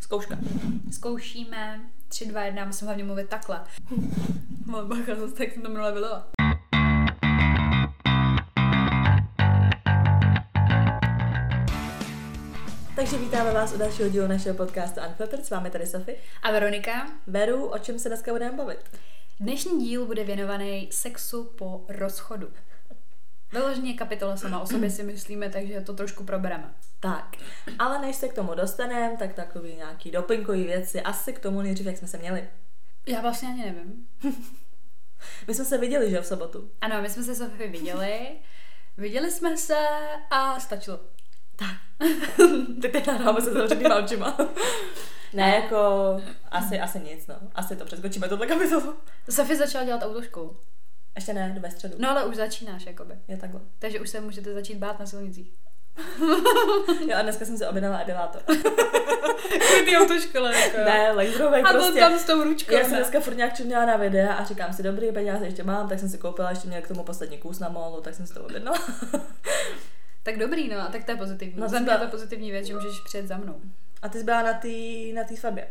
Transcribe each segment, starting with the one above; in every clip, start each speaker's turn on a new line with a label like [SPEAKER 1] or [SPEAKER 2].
[SPEAKER 1] Zkouška.
[SPEAKER 2] Zkoušíme. 3, 2, 1, musím hlavně mluvit takhle. Ale bacha, zase tak jsem to minule byla.
[SPEAKER 1] Takže vítáme vás u dalšího dílu našeho podcastu Unfiltered. S vámi tady Sofie.
[SPEAKER 2] A Veronika,
[SPEAKER 1] Veru, o čem se dneska budeme bavit?
[SPEAKER 2] dnešní díl bude věnovaný sexu po rozchodu. Vyloženě kapitola sama o sobě si myslíme, takže to trošku probereme.
[SPEAKER 1] Tak, ale než se k tomu dostaneme, tak takový nějaký dopinkový věci, asi k tomu nejdřív, jak jsme se měli.
[SPEAKER 2] Já vlastně ani nevím.
[SPEAKER 1] My jsme se viděli, že v sobotu.
[SPEAKER 2] Ano, my jsme se Sofie viděli, viděli jsme se a stačilo.
[SPEAKER 1] Teď teď nahráme se zavřenýma očima. ne, jako asi, asi nic, no. Asi to přeskočíme, tohle kapitolu.
[SPEAKER 2] Sofie začala dělat autoškolu.
[SPEAKER 1] Ještě ne, ve středu.
[SPEAKER 2] No ale už začínáš, jakoby.
[SPEAKER 1] Je takhle.
[SPEAKER 2] Takže už se můžete začít bát na silnicích.
[SPEAKER 1] Jo, a dneska jsem si objednala edelátor.
[SPEAKER 2] Ty autoškole, jako.
[SPEAKER 1] ne, Land Rover
[SPEAKER 2] A
[SPEAKER 1] prostě.
[SPEAKER 2] byl tam s tou ručkou.
[SPEAKER 1] Já jsem
[SPEAKER 2] ne?
[SPEAKER 1] dneska furt nějak čuměla na videa a říkám si, dobrý, peníze ještě mám, tak jsem si koupila, ještě měl k tomu poslední kus na molu, tak jsem si to objednala.
[SPEAKER 2] Tak dobrý, no, a tak to je pozitivní.
[SPEAKER 1] No,
[SPEAKER 2] No,
[SPEAKER 1] to
[SPEAKER 2] za mě
[SPEAKER 1] byla-
[SPEAKER 2] je to pozitivní věc, že můžeš přijet za mnou.
[SPEAKER 1] A ty jsi byla na té na tý svatbě.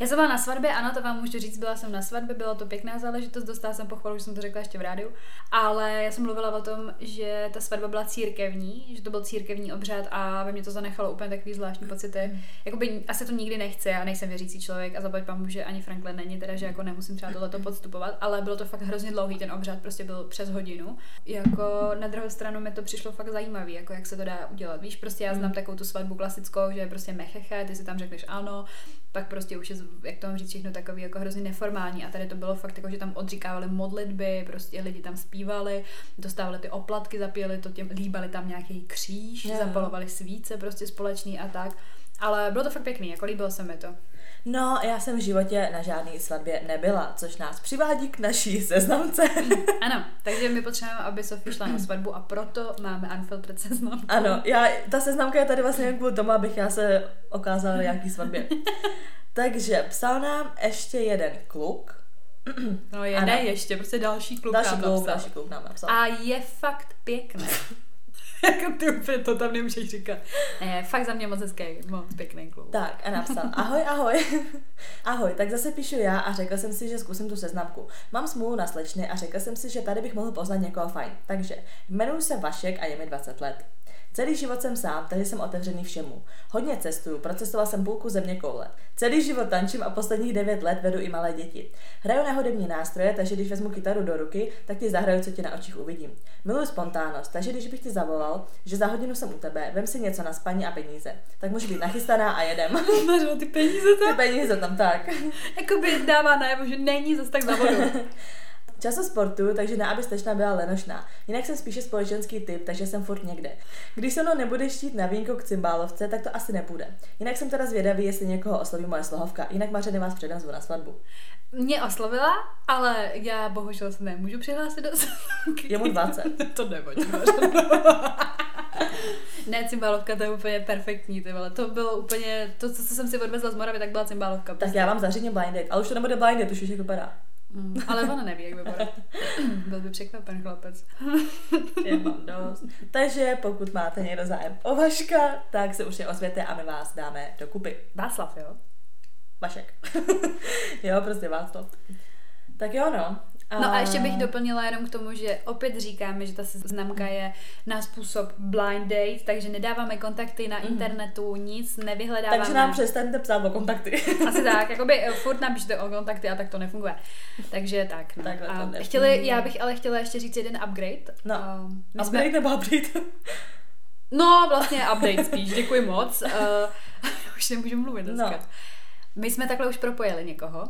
[SPEAKER 2] Já jsem byla na svatbě, ano, to vám můžu říct, byla jsem na svatbě, byla to pěkná záležitost, dostala jsem pochvalu, už jsem to řekla ještě v rádiu, ale já jsem mluvila o tom, že ta svatba byla církevní, že to byl církevní obřad a ve mě to zanechalo úplně takový zvláštní pocity. Jakoby asi to nikdy nechce, já nejsem věřící člověk a zaplať pambu, že ani Franklin není, teda že jako nemusím třeba tohleto podstupovat, ale bylo to fakt hrozně dlouhý ten obřad, prostě byl přes hodinu. Jako na druhou stranu mi to přišlo fakt zajímavý, jako jak se to dá udělat. Víš, prostě
[SPEAKER 1] Hmm.
[SPEAKER 2] já znám takovou tu svatbu klasickou, že je prostě mecheche, ty si tam řekneš ano, pak prostě už je, z- jak to mám říct, všechno takový jako hrozně neformální a tady to bylo fakt jako, že tam odříkávali modlitby, prostě lidi tam zpívali, dostávali ty oplatky, zapíjeli to těm, líbali tam nějaký kříž,
[SPEAKER 1] Jo, jo.
[SPEAKER 2] zapalovali svíce prostě společný a tak. Ale bylo to fakt pěkný, jako líbilo se mi to.
[SPEAKER 1] No, já jsem v životě na žádné svatbě nebyla, což nás přivádí k naší seznamce.
[SPEAKER 2] Ano, takže my potřebujeme, aby Sofie šla na svatbu a proto máme unfiltered seznam.
[SPEAKER 1] ano, já, ta seznamka je tady vlastně jen kvůli tomu, abych já se okázala na nějaký svatbě. Takže psal nám ještě jeden kluk.
[SPEAKER 2] No je,
[SPEAKER 1] Ano.
[SPEAKER 2] ne ještě, prostě další kluk
[SPEAKER 1] další
[SPEAKER 2] nám
[SPEAKER 1] kluk,
[SPEAKER 2] napsal.
[SPEAKER 1] další kluk nám napsal.
[SPEAKER 2] A je fakt pěkný. jako ty úplně to tam nemůžeš říkat. Ne, fakt za mě moc hezký, moc pěkný kluk.
[SPEAKER 1] Tak a napsal, ahoj, ahoj. ahoj, tak zase píšu já a řekl jsem si, že zkusím tu seznamku. Mám smůlu na slečny a řekl jsem si, že tady bych mohl poznat někoho fajn. Takže jmenuji se Vašek a je mi 20 let. Celý život jsem sám, takže jsem otevřený všemu. Hodně cestuju, procestoval jsem půlku země koule. Celý život tančím a posledních 9 let vedu i malé děti. Hraju na hudební nástroje, takže když vezmu kytaru do ruky, tak ti zahraju, co ti na očích uvidím. Miluji spontánnost, takže když bych ti zavolal, že za hodinu jsem u tebe, vem si něco na spaní a peníze, tak můžu být nachystaná a jedem.
[SPEAKER 2] Máš o ty peníze
[SPEAKER 1] Ty peníze tam tak.
[SPEAKER 2] Jakoby dává najevo, že není zas tak za vodu.
[SPEAKER 1] Často sportuju, takže ne, aby slečna byla lenošná. Jinak jsem spíše společenský typ, takže jsem furt někde. Když se mnou nebudeš štít na vínko k cymbálovce, tak to asi nepůjde. Jinak jsem teda zvědavý, jestli někoho osloví moje slohovka. Jinak Mařeny vás předem zvu na svatbu.
[SPEAKER 2] Mě oslovila, ale já bohužel se nemůžu přihlásit do svatby.
[SPEAKER 1] Je mu 20.
[SPEAKER 2] to nevadí. ne, cymbálovka, to je úplně perfektní, ty vole. To bylo úplně, to, co jsem si odvezla z Moravy, tak byla cymbálovka.
[SPEAKER 1] Tak já vám zařídím blind date, ale už to nebude blind date, už už jak vypadá.
[SPEAKER 2] Mm, ale ona neví, jak vypadá. Byl by překvapen chlapec.
[SPEAKER 1] Já mám dost. Takže pokud máte někdo zájem o Vaška, tak se určitě ozvěte a my vás dáme dokupy.
[SPEAKER 2] Václav, jo?
[SPEAKER 1] Vašek. jo, prostě Václav. Tak jo, no.
[SPEAKER 2] No a ještě bych doplnila jenom k tomu, že opět říkáme, že ta známka je na způsob blind date, takže nedáváme kontakty na internetu, nic nevyhledáváme.
[SPEAKER 1] Mhm. Takže nám přestaňte psát o kontakty.
[SPEAKER 2] Asi tak, jakoby eh, furt napíšte o kontakty a tak to nefunguje. Takže tak. No.
[SPEAKER 1] Takhle to
[SPEAKER 2] a
[SPEAKER 1] nefunguje.
[SPEAKER 2] chtěli, já bych ale chtěla ještě říct jeden upgrade.
[SPEAKER 1] No,
[SPEAKER 2] A my jsme-
[SPEAKER 1] Upgrade nebo update?
[SPEAKER 2] No, vlastně update spíš, děkuji moc. Uh, už nemůžu mluvit dneska.
[SPEAKER 1] No.
[SPEAKER 2] No. My jsme takhle už propojili někoho.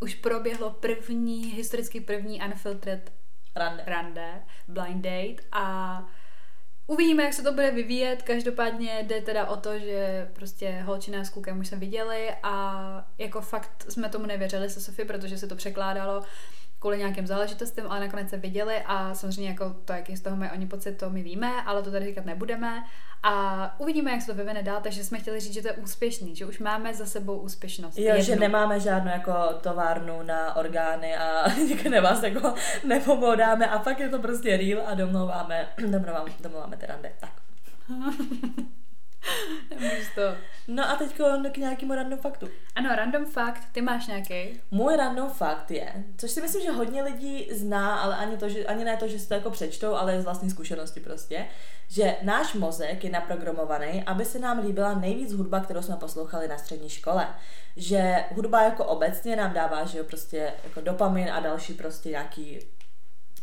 [SPEAKER 2] Už proběhlo první, historicky první unfiltered
[SPEAKER 1] Rande.
[SPEAKER 2] rande, blind date a uvidíme, jak se to bude vyvíjet. Každopádně jde teda o to, že prostě holčina s klukem už jsme viděli a jako fakt jsme tomu nevěřili se Sofie, protože se to překládalo kvůli nějakým záležitostem, ale nakonec se viděli a samozřejmě jako to, jaký z toho mají oni pocit, to my víme, ale to tady říkat nebudeme a uvidíme, jak se to vyvine dál, takže jsme chtěli říct, že to je úspěšný, že už máme za sebou úspěšnost.
[SPEAKER 1] Jo, že
[SPEAKER 2] Jednu.
[SPEAKER 1] nemáme žádnou jako továrnu na orgány a nikde vás jako nepomodáme a pak je to prostě real a domlouváme, domlouváme, domlouváme ty rande. Tak.
[SPEAKER 2] Nemůžu z toho.
[SPEAKER 1] No a teď k nějakému random faktu.
[SPEAKER 2] Ano, random fakt, ty máš nějaký.
[SPEAKER 1] Můj random fakt je, což si myslím, že hodně lidí zná, ale ani, to, že, ani ne to, že si to jako přečtou, ale z vlastní zkušenosti prostě, že náš mozek je naprogramovaný, aby se nám líbila nejvíc hudba, kterou jsme poslouchali na střední škole. Že hudba jako obecně nám dává, že jo, prostě jako dopamin a další prostě nějaký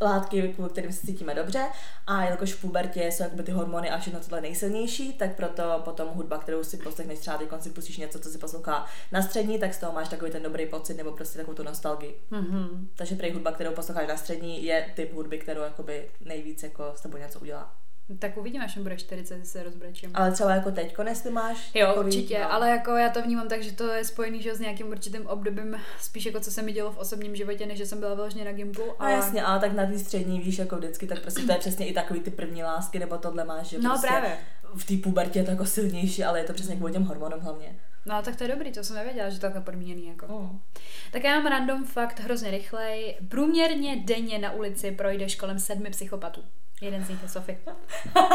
[SPEAKER 1] látky, kvůli kterým se cítíme dobře a jelikož v pubertě jsou jakoby ty hormony a všechno tohle nejsilnější, tak proto potom hudba, kterou si poslechneš třeba teď si pustíš něco, co si poslouchá na střední, tak z toho máš takový ten dobrý pocit nebo prostě takovou tu nostalgii.
[SPEAKER 2] Mm-hmm.
[SPEAKER 1] Takže prej hudba, kterou posloucháš na střední, je typ hudby, kterou jakoby nejvíc jako s tebou něco udělá.
[SPEAKER 2] No Tak uvidíme, až mi bude 40, jestli se rozbrečím.
[SPEAKER 1] Ale třeba jako teď, konec ty máš?
[SPEAKER 2] Jo,
[SPEAKER 1] takový-
[SPEAKER 2] určitě,
[SPEAKER 1] no.
[SPEAKER 2] ale jako já to vnímám tak, že to je spojený že, jo, s nějakým určitým obdobím, spíš jako co se mi dělo v osobním životě, než že jsem byla vyloženě na Gimplu.
[SPEAKER 1] No
[SPEAKER 2] Ale...
[SPEAKER 1] jasně, ale tak na té střední víš, jako vždycky, tak prostě to je přesně i takový ty první lásky, nebo tohle máš, že
[SPEAKER 2] No
[SPEAKER 1] prostě
[SPEAKER 2] právě.
[SPEAKER 1] v té pubertě je to jako silnější, ale je to přesně kvůli těm hormonům hlavně.
[SPEAKER 2] No tak to je dobrý, to jsem nevěděla, že to je takhle podmíněný jako.
[SPEAKER 1] Oh.
[SPEAKER 2] Tak já mám random fakt hrozně rychlej. Průměrně denně na ulici projdeš kolem sedmi psychopatů. Jeden z nich je Sofie.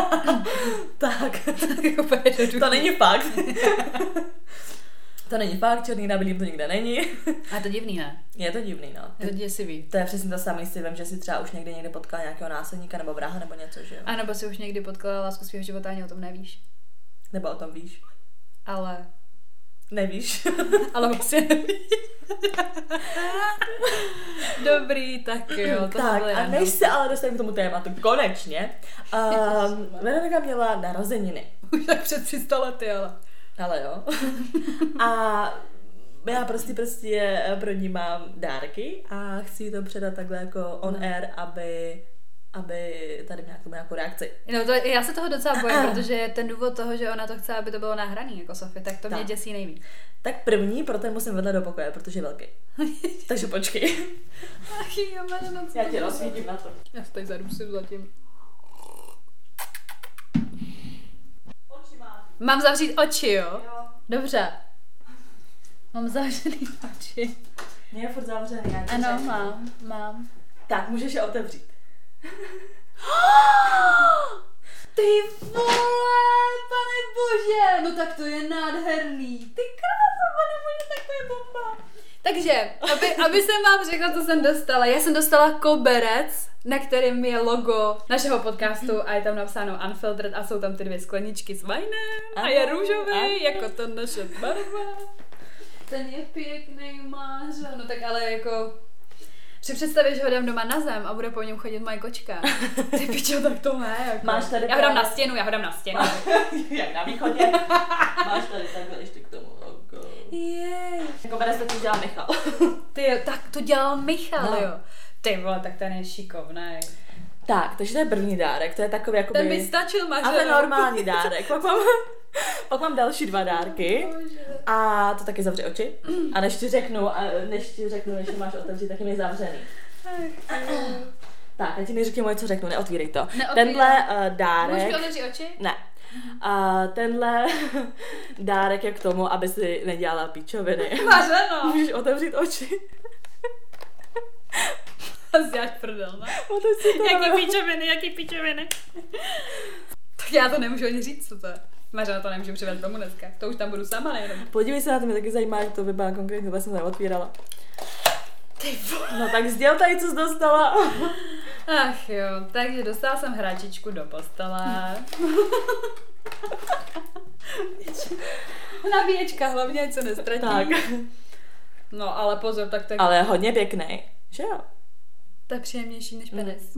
[SPEAKER 1] Tak,
[SPEAKER 2] Jako pojede
[SPEAKER 1] to
[SPEAKER 2] do duchu.
[SPEAKER 1] není fakt. to není fakt, černý na bílém to nikde není.
[SPEAKER 2] A je to divný, ne?
[SPEAKER 1] Je to divný, no.
[SPEAKER 2] Je to děsivý.
[SPEAKER 1] To je přesně to samé, si vím, že si třeba už někde někde potkal nějakého násilníka nebo vraha nebo něco, že jo?
[SPEAKER 2] A nebo si už někdy potkala lásku svého života, ani o tom nevíš.
[SPEAKER 1] Nebo o tom víš?
[SPEAKER 2] Ale...
[SPEAKER 1] Nevíš?
[SPEAKER 2] Ale vlastně nevíš. Dobrý, tak jo. To
[SPEAKER 1] tak,
[SPEAKER 2] byly
[SPEAKER 1] a
[SPEAKER 2] random.
[SPEAKER 1] než se ale dostaneme k tomu tématu, konečně, um,
[SPEAKER 2] super.
[SPEAKER 1] Veronika měla narozeniny.
[SPEAKER 2] Už tak před 300 lety, ale...
[SPEAKER 1] Ale jo. a já prostě prostě pro ní mám dárky a chci jí to předat takhle jako on air, aby, aby tady měla k tomu nějakou reakci.
[SPEAKER 2] No to, já se toho docela bojím, protože ten důvod toho, že ona to chce, aby to bylo nahraný jako Sofie, tak to mě
[SPEAKER 1] Tak.
[SPEAKER 2] děsí nejvíc.
[SPEAKER 1] Tak první, pro ten musím vedle do pokoje, protože je velký. Takže počkej.
[SPEAKER 2] Ach, já, mám moc ráda.
[SPEAKER 1] na to.
[SPEAKER 2] Já se tady zadusím zatím. Mám zavřít oči, jo? Dobře. Mám zavřený oči.
[SPEAKER 1] Mě je furt zavřený. já tě
[SPEAKER 2] Ano,
[SPEAKER 1] řeknu.
[SPEAKER 2] mám, mám.
[SPEAKER 1] Tak, můžeš je otevřít.
[SPEAKER 2] Ty vole, pane bože, no tak to je nádherný. Ty krása, pane bože, tak to je bomba. Takže, aby, aby jsem vám řekla, co jsem dostala. Já jsem dostala koberec, na kterém je logo našeho podcastu a je tam napsáno Unfiltered a jsou tam ty dvě skleničky s vajnem a je
[SPEAKER 1] Ano, ano.
[SPEAKER 2] růžový, jako to naše barva. Ten je pěkný, máš. No tak ale jako si představit, že ho dám doma na zem a bude po něm chodit moje kočka. Ty pičo, tak to ne. Jako.
[SPEAKER 1] Máš tady
[SPEAKER 2] já ho dám
[SPEAKER 1] právě-
[SPEAKER 2] na stěnu, já ho dám na stěnu.
[SPEAKER 1] Jak na východě. Máš tady takhle ještě k tomu logo.
[SPEAKER 2] Jej.
[SPEAKER 1] Jako bere se to dělá Michal.
[SPEAKER 2] Ty jo, tak to dělal Michal,
[SPEAKER 1] No.
[SPEAKER 2] jo. Ty vole, tak ten je šikovný.
[SPEAKER 1] Tak, takže to je první dárek, to je takový jako
[SPEAKER 2] Ten by stačil mažel.
[SPEAKER 1] A to je normální dárek. Pak mám, pak mám další dva dárky. A to taky zavři oči. A než ti řeknu, a než ti řeknu, než je máš otevřít, tak je mi zavřený. Tak, já ti neřekni moje, co řeknu, neotvírej to.
[SPEAKER 2] Neotvírám.
[SPEAKER 1] Tenhle uh,
[SPEAKER 2] Můžu mi
[SPEAKER 1] dárek...
[SPEAKER 2] otevřít oči?
[SPEAKER 1] Ne. A tenhle dárek je k tomu, aby si nedělala píčoviny.
[SPEAKER 2] Mařeno.
[SPEAKER 1] Můžeš otevřít oči.
[SPEAKER 2] Zjáš prdel, no. ne?
[SPEAKER 1] Otoč si to na-
[SPEAKER 2] Jaký píčoviny, jaký píčoviny. tak já to nemůžu ani říct, co to je. Mařeno to nemůžu přivést domů dneska. To už tam budu sama nejenom.
[SPEAKER 1] Podívej se na to, mě taky zajímá, jak to vypadá konkrétně, to jsem neotvírala.
[SPEAKER 2] Ty vole.
[SPEAKER 1] No tak sděl tady, co jsi dostala.
[SPEAKER 2] Ach jo, takže dostala jsem hračičku do postele. Nabíječka hlavně, ať se nestratí.
[SPEAKER 1] Tak.
[SPEAKER 2] No ale pozor, tak to je,
[SPEAKER 1] Ale hodně pěkný, že jo?
[SPEAKER 2] to je příjemnější než penis.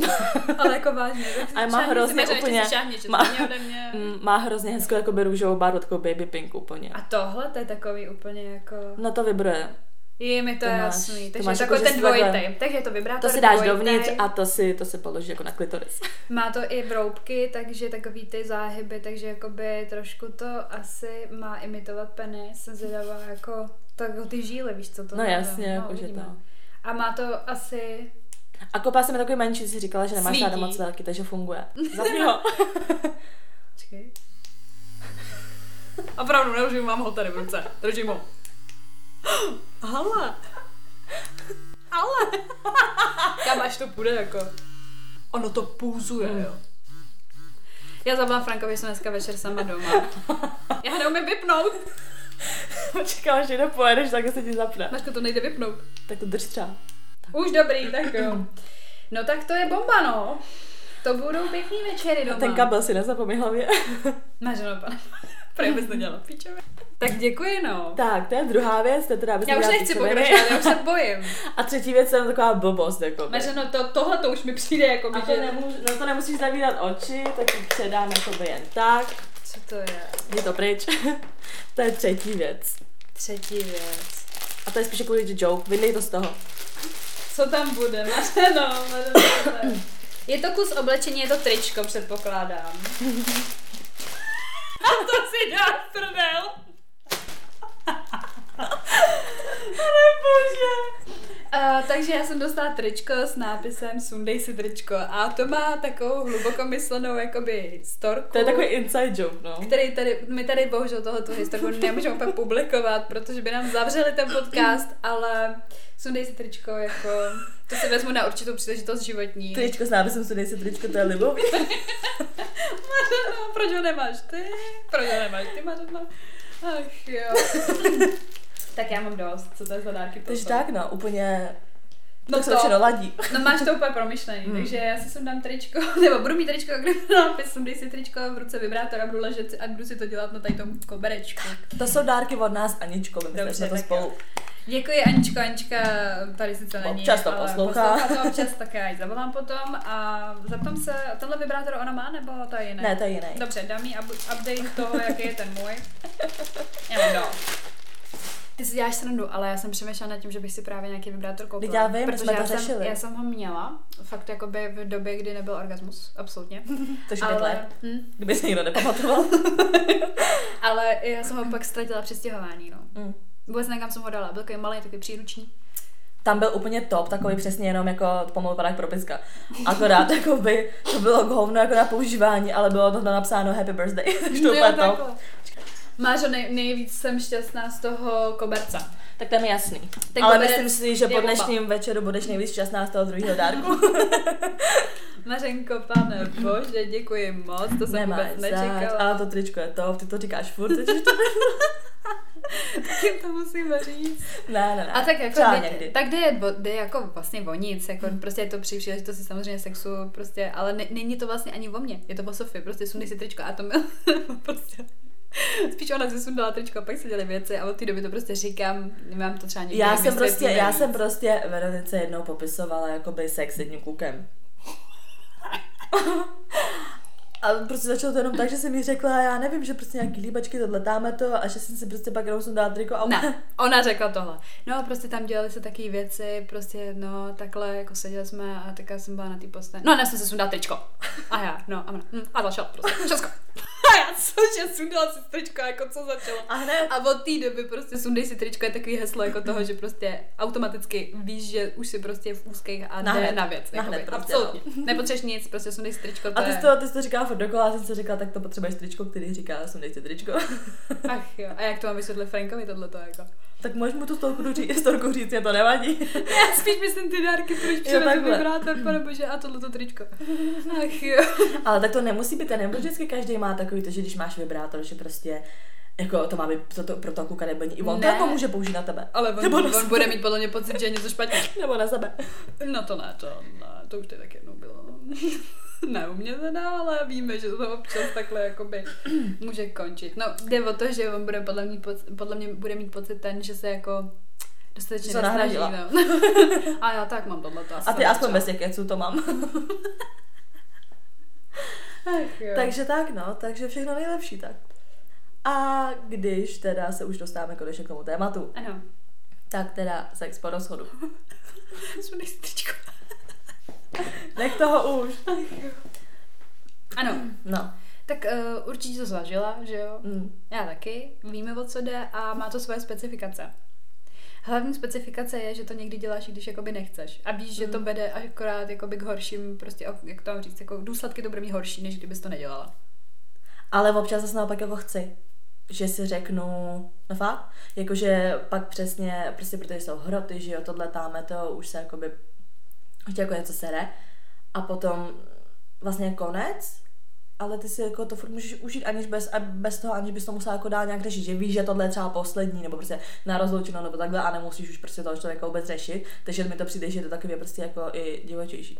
[SPEAKER 2] ale jako vážně. tak
[SPEAKER 1] Ale má
[SPEAKER 2] šáhni si,
[SPEAKER 1] hrozně
[SPEAKER 2] Mařo, ještě
[SPEAKER 1] úplně-
[SPEAKER 2] si šáhni, že
[SPEAKER 1] má-
[SPEAKER 2] to není ode mě.
[SPEAKER 1] Mm, Má hrozně hezkou jakoby růžovou barvu, takovou baby pink úplně.
[SPEAKER 2] A tohle to je takový úplně jako...
[SPEAKER 1] No to vybruje.
[SPEAKER 2] Je mi to,
[SPEAKER 1] To máš-
[SPEAKER 2] jasný.
[SPEAKER 1] to
[SPEAKER 2] Takže
[SPEAKER 1] máš
[SPEAKER 2] je takový
[SPEAKER 1] jako, že
[SPEAKER 2] ten
[SPEAKER 1] si takhle-
[SPEAKER 2] dvojitý. Takže je to vibrátor
[SPEAKER 1] To si dáš
[SPEAKER 2] dvojitý.
[SPEAKER 1] dovnitř a to si, to si položíš jako na klitoris.
[SPEAKER 2] Má to i broubky, takže takový ty záhyby, takže jakoby trošku to asi má imitovat penis, jsem zvědavá, jako tak ty žíly, víš co to
[SPEAKER 1] No
[SPEAKER 2] znamená.
[SPEAKER 1] jasně, jako, že
[SPEAKER 2] uvidíme.
[SPEAKER 1] to.
[SPEAKER 2] A má to asi...
[SPEAKER 1] A kopá se mi takový menší, si říkala, že nemáš
[SPEAKER 2] Svítí.
[SPEAKER 1] ráda moc velký, takže funguje. Zapni ho.
[SPEAKER 2] Čekej. Opravdu, neužiju, mám ho tady v ruce. Držím ho. Ale. Ale. Hmm. Kam až to půjde, jako. Ono to půzuje, jo. Já zavolám Frankovi, jsem dneska večer sama doma. Já neumím vypnout.
[SPEAKER 1] Očekáváš, že nepojedeš, tak se ti zapne.
[SPEAKER 2] Mařko, to nejde vypnout.
[SPEAKER 1] Tak to drž třeba.
[SPEAKER 2] Už dobrý, tak jo. No tak to je bomba, no. To budou pěkný večery doma.
[SPEAKER 1] Ten kabel si nezapomeň hlavě.
[SPEAKER 2] Mařeno, pane. Prý bys nedělala píčové. Tak děkuji, no.
[SPEAKER 1] tak, to je druhá věc, to je teda, aby
[SPEAKER 2] Já už nechci pokračovat, já už se bojím.
[SPEAKER 1] A třetí věc je taková blbost, jako.
[SPEAKER 2] Mařeno, to, tohle to už mi přijde jako
[SPEAKER 1] A
[SPEAKER 2] by,
[SPEAKER 1] to,
[SPEAKER 2] že...
[SPEAKER 1] nemůžu, no to nemusíš zavírat oči, tak to předám jako jen tak.
[SPEAKER 2] Co to je?
[SPEAKER 1] Je to pryč. to je třetí věc.
[SPEAKER 2] Třetí věc.
[SPEAKER 1] A to je spíš kvůli joke, vydej to z toho.
[SPEAKER 2] Co tam bude? Mařeno, Mařeno, co to je? Je to kus oblečení, je to tričko, předpokládám. A to si dá prdel. Ale bože. Uh, takže já jsem dostala tričko s nápisem Sundej si tričko a to má takovou hlubokomyslenou jakoby storku.
[SPEAKER 1] To je takový inside joke, no.
[SPEAKER 2] který tady, my tady bohužel tohoto historiku nemůžeme úplně publikovat, protože by nám zavřeli ten podcast, ale sundej si tričko, jako, to si vezmu na určitou příležitost životní.
[SPEAKER 1] Tričko s nápisem sundej si tričko, to je libový.
[SPEAKER 2] Mařeno, No, proč ho nemáš ty? Proč ho nemáš ty, Mařeno? Ach jo. tak já mám dost, co to je za dárky
[SPEAKER 1] Takže
[SPEAKER 2] potom.
[SPEAKER 1] tak, no, úplně...
[SPEAKER 2] No
[SPEAKER 1] No to
[SPEAKER 2] to-
[SPEAKER 1] se ladí.
[SPEAKER 2] No máš to úplně promyšlený, hmm. takže já si sem dám tričko, nebo budu mít tričko, kde nápis, sundej si tričko, v ruce vibrátor a budu ležet si- a budu si to dělat na tady tom koberečku.
[SPEAKER 1] To jsou dárky od nás Aničko, my
[SPEAKER 2] Dobře,
[SPEAKER 1] jsme to
[SPEAKER 2] tak
[SPEAKER 1] spolu.
[SPEAKER 2] jo. Děkuji Aničko, Anička tady sice není,
[SPEAKER 1] Občas to
[SPEAKER 2] ale
[SPEAKER 1] poslouchá.
[SPEAKER 2] poslouchá to občas, tak já ji zavolám potom a zeptám se, tenhle vibrátor ona má nebo to je jiný?
[SPEAKER 1] Ne, to je jiný.
[SPEAKER 2] Dobře, dám jí up- update toho, jaký je ten můj. Já mám dál. Ty si děláš srandu, ale já jsem přemýšlela nad tím, že bych si právě nějaký vibrátor koupila.
[SPEAKER 1] Vždyť já vím,
[SPEAKER 2] protože
[SPEAKER 1] jsme to
[SPEAKER 2] já jsem,
[SPEAKER 1] řešili.
[SPEAKER 2] já jsem ho měla, fakt jakoby v době, kdy nebyl orgasmus, absolutně.
[SPEAKER 1] To je
[SPEAKER 2] ale,
[SPEAKER 1] ale...
[SPEAKER 2] hm,
[SPEAKER 1] Kdyby se někdo nepamatoval.
[SPEAKER 2] ale já jsem ho pak ztratila při stěhování, no.
[SPEAKER 1] Mm.
[SPEAKER 2] Vůbec nekam jsem ho dala, byl takový malý, takový příruční.
[SPEAKER 1] Tam byl úplně top, takový přesně jenom jako pomalu padá jak propiska. Akorát jako by to bylo hovno jako na používání, ale bylo to tam napsáno Happy Birthday, takže to
[SPEAKER 2] No
[SPEAKER 1] no.
[SPEAKER 2] Jo,
[SPEAKER 1] úplně top.
[SPEAKER 2] takhle. Mážo, nej, nejvíc jsem šťastná z toho koberce.
[SPEAKER 1] Tak tam je jasný.
[SPEAKER 2] Ten
[SPEAKER 1] ale
[SPEAKER 2] koberec
[SPEAKER 1] myslím si, že
[SPEAKER 2] je
[SPEAKER 1] po
[SPEAKER 2] bomba.
[SPEAKER 1] dnešním večeru budeš nejvíc šťastná z toho druhého dárku.
[SPEAKER 2] Mařenko, pane bože, děkuji moc, to jsem
[SPEAKER 1] Nemáš zač,
[SPEAKER 2] vůbec nečekala.
[SPEAKER 1] ale to tričko je top, ty to říkáš furt, takže to...
[SPEAKER 2] Taky to musíme říct.
[SPEAKER 1] Ne, ne, ne.
[SPEAKER 2] A tak jako,
[SPEAKER 1] Třeba
[SPEAKER 2] jde,
[SPEAKER 1] někdy. Hmm.
[SPEAKER 2] tak jde, bo- jde jako vlastně o nic, jako prostě je to při příležitosti samozřejmě sexu, prostě, ale ne, není to vlastně ani o mně, je to o Sofii, prostě sundej si tričko a to mi prostě... Spíš ona si sundala tričko a pak se děly věci a od té doby to prostě říkám, nemám to třeba někdy
[SPEAKER 1] Já jsem,
[SPEAKER 2] vysvětlí
[SPEAKER 1] prostě, já
[SPEAKER 2] navíc.
[SPEAKER 1] jsem prostě Veronice jednou popisovala jakoby sex s jedním klukem. A prostě začalo to jenom tak, že jsem mi řekla, já nevím, že prostě nějaký líbačky to letáme to a že jsem si prostě pak jenom sundala triko a
[SPEAKER 2] Ne, ona řekla tohle. No, prostě tam dělali se taky věci, prostě no, takhle, jako seděli jsme a taká jsem byla na té posteli. No, a ne, jsem se sundala tričko. A já, no, a ona, hm, a začala prostě, všechno. A já, cože, sundala si tričko, jako co začala.
[SPEAKER 1] A hned,
[SPEAKER 2] A od té doby prostě sundej si tričko je takový heslo jako toho, že prostě automaticky víš, že už si prostě v úzkých a jde
[SPEAKER 1] Nahned.
[SPEAKER 2] na věc.
[SPEAKER 1] Nahned
[SPEAKER 2] jakoby.
[SPEAKER 1] prostě,
[SPEAKER 2] Absolutně. Nepotřebuješ nic, prostě sundej si tričko, to
[SPEAKER 1] a ty
[SPEAKER 2] je...
[SPEAKER 1] jsi to, ty jsi to říkala furt dokola, a jsem si říkala, tak to potřebuješ tričko, který říká, jsem dejte tričko.
[SPEAKER 2] Ach jo, a jak to mám vysvětlit Frankovi tohleto jako?
[SPEAKER 1] tak můžeš mu tu storku říct, storku říct, mě to nevadí.
[SPEAKER 2] Já spíš myslím ty dárky, proč přivezl
[SPEAKER 1] takhle.
[SPEAKER 2] vibrátor, pane bože, a tohle to tričko. Ach jo.
[SPEAKER 1] Ale tak to nemusí být, ten nebo vždycky každý má takový to, že když máš vibrátor, že prostě jako to má být pro, to, pro toho kluka nebo i on
[SPEAKER 2] Ne.
[SPEAKER 1] to jako může použít na tebe.
[SPEAKER 2] Ale on,
[SPEAKER 1] Nebo
[SPEAKER 2] on,
[SPEAKER 1] na sebe.
[SPEAKER 2] bude mít podle mě pocit, že je něco špatně.
[SPEAKER 1] Nebo na sebe.
[SPEAKER 2] No to ne, to ne, to už tady tak jednou bylo. Ne u mě teda, ale víme, že to občas takhle jakoby může končit. No jde o to, že on bude podle mě, poc- podle mě bude mít pocit ten, že se jako dostatečně
[SPEAKER 1] Že se
[SPEAKER 2] nesnaží.
[SPEAKER 1] nahradila.
[SPEAKER 2] No. a já tak mám tohle to.
[SPEAKER 1] A ty aspoň bez těch keců to mám.
[SPEAKER 2] Takže
[SPEAKER 1] takže tak, no, takže všechno nejlepší, tak. A když teda se už dostáváme konečně k tomu tématu,
[SPEAKER 2] ano,
[SPEAKER 1] tak teda sex po rozchodu.
[SPEAKER 2] sundej si tričko.
[SPEAKER 1] Nech toho už.
[SPEAKER 2] Ano,
[SPEAKER 1] No.
[SPEAKER 2] Tak uh, určitě to zvažila, že jo?
[SPEAKER 1] Mm.
[SPEAKER 2] Já taky. Víme, o co jde a má to svoje specifikace. Hlavní specifikace je, že to někdy děláš, i když jakoby nechceš. A víš,
[SPEAKER 1] Mm.
[SPEAKER 2] že to vede akorát jakoby k horším, prostě, ok- jak to mám říct, jako důsledky to bude mít horší, než kdybys to nedělala.
[SPEAKER 1] Ale občas zase naopak jako chci. Že si řeknu, no fakt, jakože pak přesně, prostě protože jsou hroty, že jo, tohle táme, to už se jakoby, už tě jako něco sere. A potom vlastně konec ale ty si jako to furt můžeš užít, aniž bez, a bez toho, aniž bys to musela jako dál nějak řešit, že víš, že tohle je třeba poslední, nebo prostě na rozloučenou, nebo takhle a nemusíš už prostě toho člověka vůbec řešit, takže mi to přijde, že je to takový prostě jako i divočejší.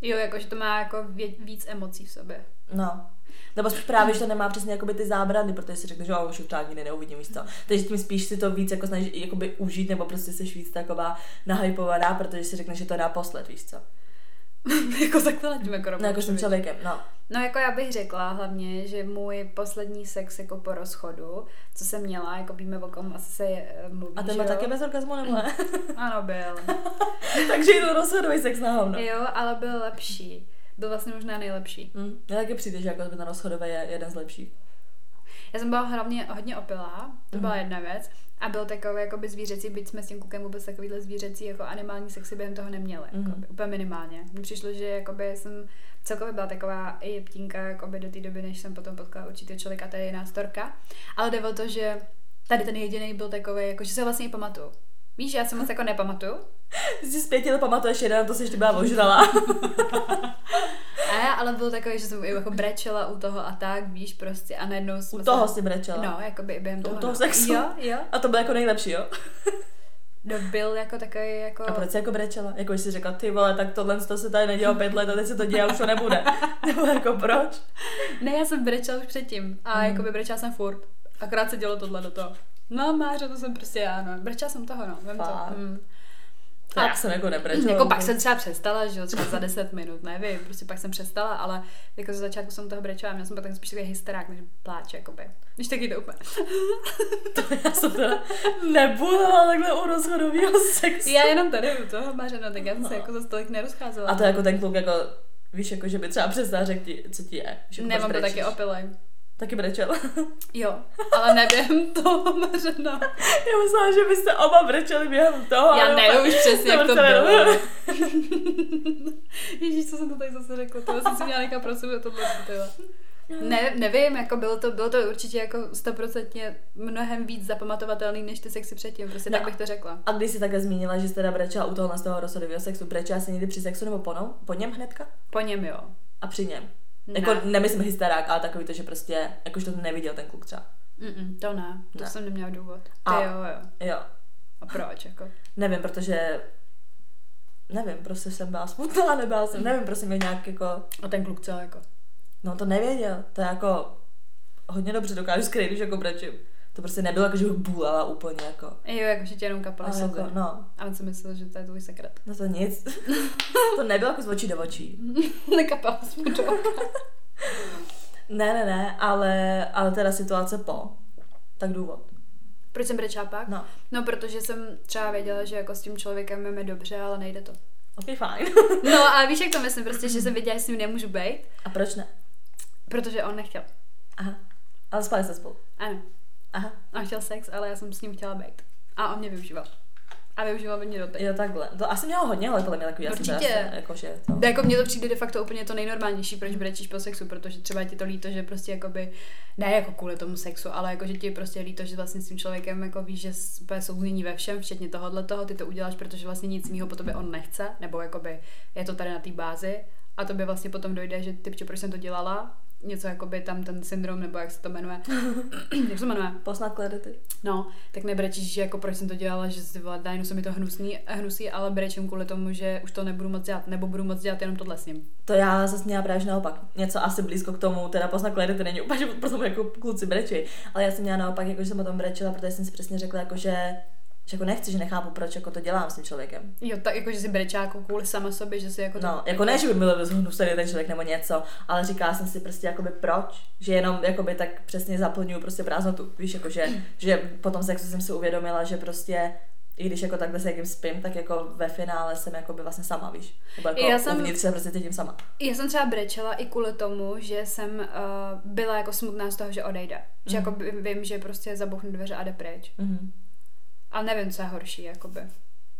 [SPEAKER 2] Jo, jakože to má jako vě- víc emocí v sobě.
[SPEAKER 1] No. Nebo spíš právě, že to nemá přesně jakoby ty zábrany, protože si řekneš, že "A už to ani nikdy neuvidím víc co. Takže tím spíš si to víc jako snažíš jakoby užít, nebo prostě jsi víc taková nahypovaná, protože si řekneš, že to dá posled, víš co.
[SPEAKER 2] jako takhle letíme
[SPEAKER 1] No jako s tím člověkem, no.
[SPEAKER 2] No jako já bych řekla hlavně, že můj poslední sex jako po rozchodu, co jsem měla, jako víme o kom asi se eh, mluví,
[SPEAKER 1] A
[SPEAKER 2] že
[SPEAKER 1] ten byl
[SPEAKER 2] jo?
[SPEAKER 1] taky bez orgazmu nebo ne?
[SPEAKER 2] Ano, byl.
[SPEAKER 1] Takže je to rozhodový sex na hovno.
[SPEAKER 2] jo, ale byl lepší. Byl vlastně možná nejlepší.
[SPEAKER 1] Hm, mně taky přijde, že jako by ten rozhodový je jeden z lepších.
[SPEAKER 2] Já jsem byla hlavně hodně opilá, to
[SPEAKER 1] Mhm.
[SPEAKER 2] byla jedna věc. A byl takový jakoby zvířecí, byť jsme s tím klukem vůbec takovýhle zvířecí jako animální sexy během toho neměli.
[SPEAKER 1] Mhm.
[SPEAKER 2] Mm. Jakoby, úplně minimálně. Mně přišlo, že jakoby jsem celkově byla taková i jeptinka jakoby do té doby, než jsem potom potkala určitě člověka, to je jiná storka. Ale jde o to, že tady ten jediný byl takový, jako, že se vlastně i pamatuju. Víš, já se moc jako nepamatuju.
[SPEAKER 1] Ty si zpět ale pamatuješ jeden, to jsi ještě byla ožrala.
[SPEAKER 2] A já ale byl takový, že jsem i jako brečela u toho a tak, víš, prostě. A najednou jsme
[SPEAKER 1] U
[SPEAKER 2] se-
[SPEAKER 1] toho si brečela.
[SPEAKER 2] No, jakoby i během
[SPEAKER 1] To u
[SPEAKER 2] toho.
[SPEAKER 1] toho
[SPEAKER 2] no.
[SPEAKER 1] sexu?
[SPEAKER 2] Jo, jo.
[SPEAKER 1] A to bylo jako nejlepší, jo?
[SPEAKER 2] No byl jako takový jako...
[SPEAKER 1] A proč jsi jako brečela? Jako jsi řekla, ty vole, tak tohle to se tady nedělo pět let a teď se to děje a už to nebude. Nebo jako proč?
[SPEAKER 2] Ne, já jsem brečela už předtím. A
[SPEAKER 1] Mhm.
[SPEAKER 2] mm. jako by brečela jsem furt. Akorát se dělo tohle do toho. No, máře, to jsem prostě já, no. Brečela jsem toho, no. Vem to.
[SPEAKER 1] Fakt?
[SPEAKER 2] Mm.
[SPEAKER 1] To
[SPEAKER 2] A-
[SPEAKER 1] já jsem jako nebrečela.
[SPEAKER 2] Jako pak
[SPEAKER 1] vůbec.
[SPEAKER 2] jsem třeba přestala, že jo, třeba za 10 minut, nevím, prostě pak jsem přestala, ale jako ze začátku jsem toho brečela, měla jsem pak tak spíš takový hysterák, než pláč, jakoby. Když taky to úplně.
[SPEAKER 1] Já jsem teda nebudovala takhle u rozhodového sexu.
[SPEAKER 2] Já jenom tady u toho máře, no, tak já jsem se
[SPEAKER 1] No.
[SPEAKER 2] jako za tolik nerozcházela.
[SPEAKER 1] A to jako ten kluk jako, víš, jako že by třeba přestal řekl ti, co ti je. Že proč
[SPEAKER 2] Nemám to
[SPEAKER 1] brečíš.
[SPEAKER 2] taky opilej.
[SPEAKER 1] Taky brečel.
[SPEAKER 2] Jo, ale nevím toho mařeno.
[SPEAKER 1] Já myslela, že byste oba brečeli během toho.
[SPEAKER 2] Já
[SPEAKER 1] ale
[SPEAKER 2] nevím
[SPEAKER 1] opak-
[SPEAKER 2] už přesně, jak to
[SPEAKER 1] prostě
[SPEAKER 2] bylo.
[SPEAKER 1] nevím.
[SPEAKER 2] Ježíš, co jsem to tady zase řekla, to jsem si měla nechat pro sebe tohle. Tyhle. Ne, nevím, jako bylo to, bylo to určitě jako stoprocentně mnohem víc zapamatovatelný než ty sexy předtím, prostě
[SPEAKER 1] No.
[SPEAKER 2] no. tak bych to řekla.
[SPEAKER 1] A když jsi takhle zmínila, že jsi teda brečela u toho z toho rozhodového sexu, brečela jsi někdy při sexu nebo po, no, po něm hnedka?
[SPEAKER 2] Po něm jo.
[SPEAKER 1] A při něm?
[SPEAKER 2] Ne.
[SPEAKER 1] Jako nemyslím hysterák, ale takový to, že prostě, jakož to neviděl ten kluk třeba.
[SPEAKER 2] Mm-mm, to ne, to
[SPEAKER 1] Ne.
[SPEAKER 2] ne. jsem neměla důvod. Ty
[SPEAKER 1] A-
[SPEAKER 2] jo, jo.
[SPEAKER 1] Jo,
[SPEAKER 2] A proč, jako?
[SPEAKER 1] nevím, protože nevím, prostě jsem byla smutná, nebyla jsem, nevím, prostě mě nějak jako,
[SPEAKER 2] A ten kluk co, jako?
[SPEAKER 1] no to nevěděl, to je jako hodně dobře dokážu skrýt, když jako brečím. To prostě nebylo jako, že bych bůlala úplně jako.
[SPEAKER 2] Jo, jako, že tě jenom kapala
[SPEAKER 1] Ale jako,
[SPEAKER 2] no.
[SPEAKER 1] no,
[SPEAKER 2] A on si myslel, že to je tvůj sekret.
[SPEAKER 1] no to nic. to nebylo jako z očí do očí.
[SPEAKER 2] Nekapala jsem do
[SPEAKER 1] Ne, ne, ne, ale, ale teda situace po. Tak důvod.
[SPEAKER 2] Proč jsem brečela pak?
[SPEAKER 1] No,
[SPEAKER 2] No, protože jsem třeba věděla, že jako s tím člověkem jdeme dobře, ale nejde to.
[SPEAKER 1] ok, fajn.
[SPEAKER 2] No a víš, jak to myslím, prostě, že jsem věděla, že s ním nemůžu být,
[SPEAKER 1] A proč ne?
[SPEAKER 2] protože on nechtěl.
[SPEAKER 1] Aha. Ale spali jste spolu.
[SPEAKER 2] Ano,
[SPEAKER 1] Aha.
[SPEAKER 2] on chtěl sex, ale já jsem s ním chtěla být. A on mě využíval. A využíval mě do teď.
[SPEAKER 1] Jo, takhle. To asi mělo hodně, ale podle mě takový asi
[SPEAKER 2] Určitě.
[SPEAKER 1] zase, jakože to.
[SPEAKER 2] No, Jako mně to přijde de facto úplně to nejnormálnější, proč brečíš po sexu, protože třeba je ti to líto, že prostě jakoby, ne jako kvůli tomu sexu, ale jako že ti je prostě líto, že vlastně s tím člověkem jako víš, že s- úplně souznění ve všem, včetně tohohle toho, ty to uděláš, protože vlastně nic jiného po tobě on nechce, nebo jakoby je to tady na té bázi a tobě vlastně potom dojde, že ty proč jsem to dělala, něco jakoby tam ten syndrom, nebo jak se to jmenuje, jak se to jmenuje,
[SPEAKER 1] Poslat kledety.
[SPEAKER 2] No, tak nebrečíš, že jako proč jsem to dělala, že si vole, daj, no se mi to hnusný, hnusí, ale brečím kvůli tomu, že už to nebudu moc dělat, nebo budu moc dělat jenom tohle s ním.
[SPEAKER 1] To já zase měla právě že naopak. Něco asi blízko k tomu, teda poslat kledety není úplně, že protože jako kluci brečej. Ale já jsem měla naopak, jakože jsem o tom brečela, protože jsem si přesně řekla, jakože že jako nechci, že nechápu, proč jako to dělám s tím člověkem.
[SPEAKER 2] Jo, tak jako, že si brečá jako kvůli sama sobě, že si jako to...
[SPEAKER 1] No, jako ne, že by byl zhnusený ten člověk nebo něco, ale říkala jsem si prostě jakoby proč, že jenom jakoby tak přesně zaplňuju prostě prázdnotu, víš, jako že, že po tom sexu jsem si uvědomila, že prostě i když jako takhle s někým spím, tak jako ve finále jsem jako by vlastně sama, víš. Nebo jako
[SPEAKER 2] Já
[SPEAKER 1] Já
[SPEAKER 2] jsem-
[SPEAKER 1] jsem... uvnitř se prostě cítím sama.
[SPEAKER 2] Já jsem třeba brečela i kvůli tomu, že jsem uh, byla jako smutná z toho, že odejde. Mm. Že jako by- vím, že prostě zabuchnu dveře a jde pryč.
[SPEAKER 1] Mhm.
[SPEAKER 2] A nevím, co je horší, jakoby.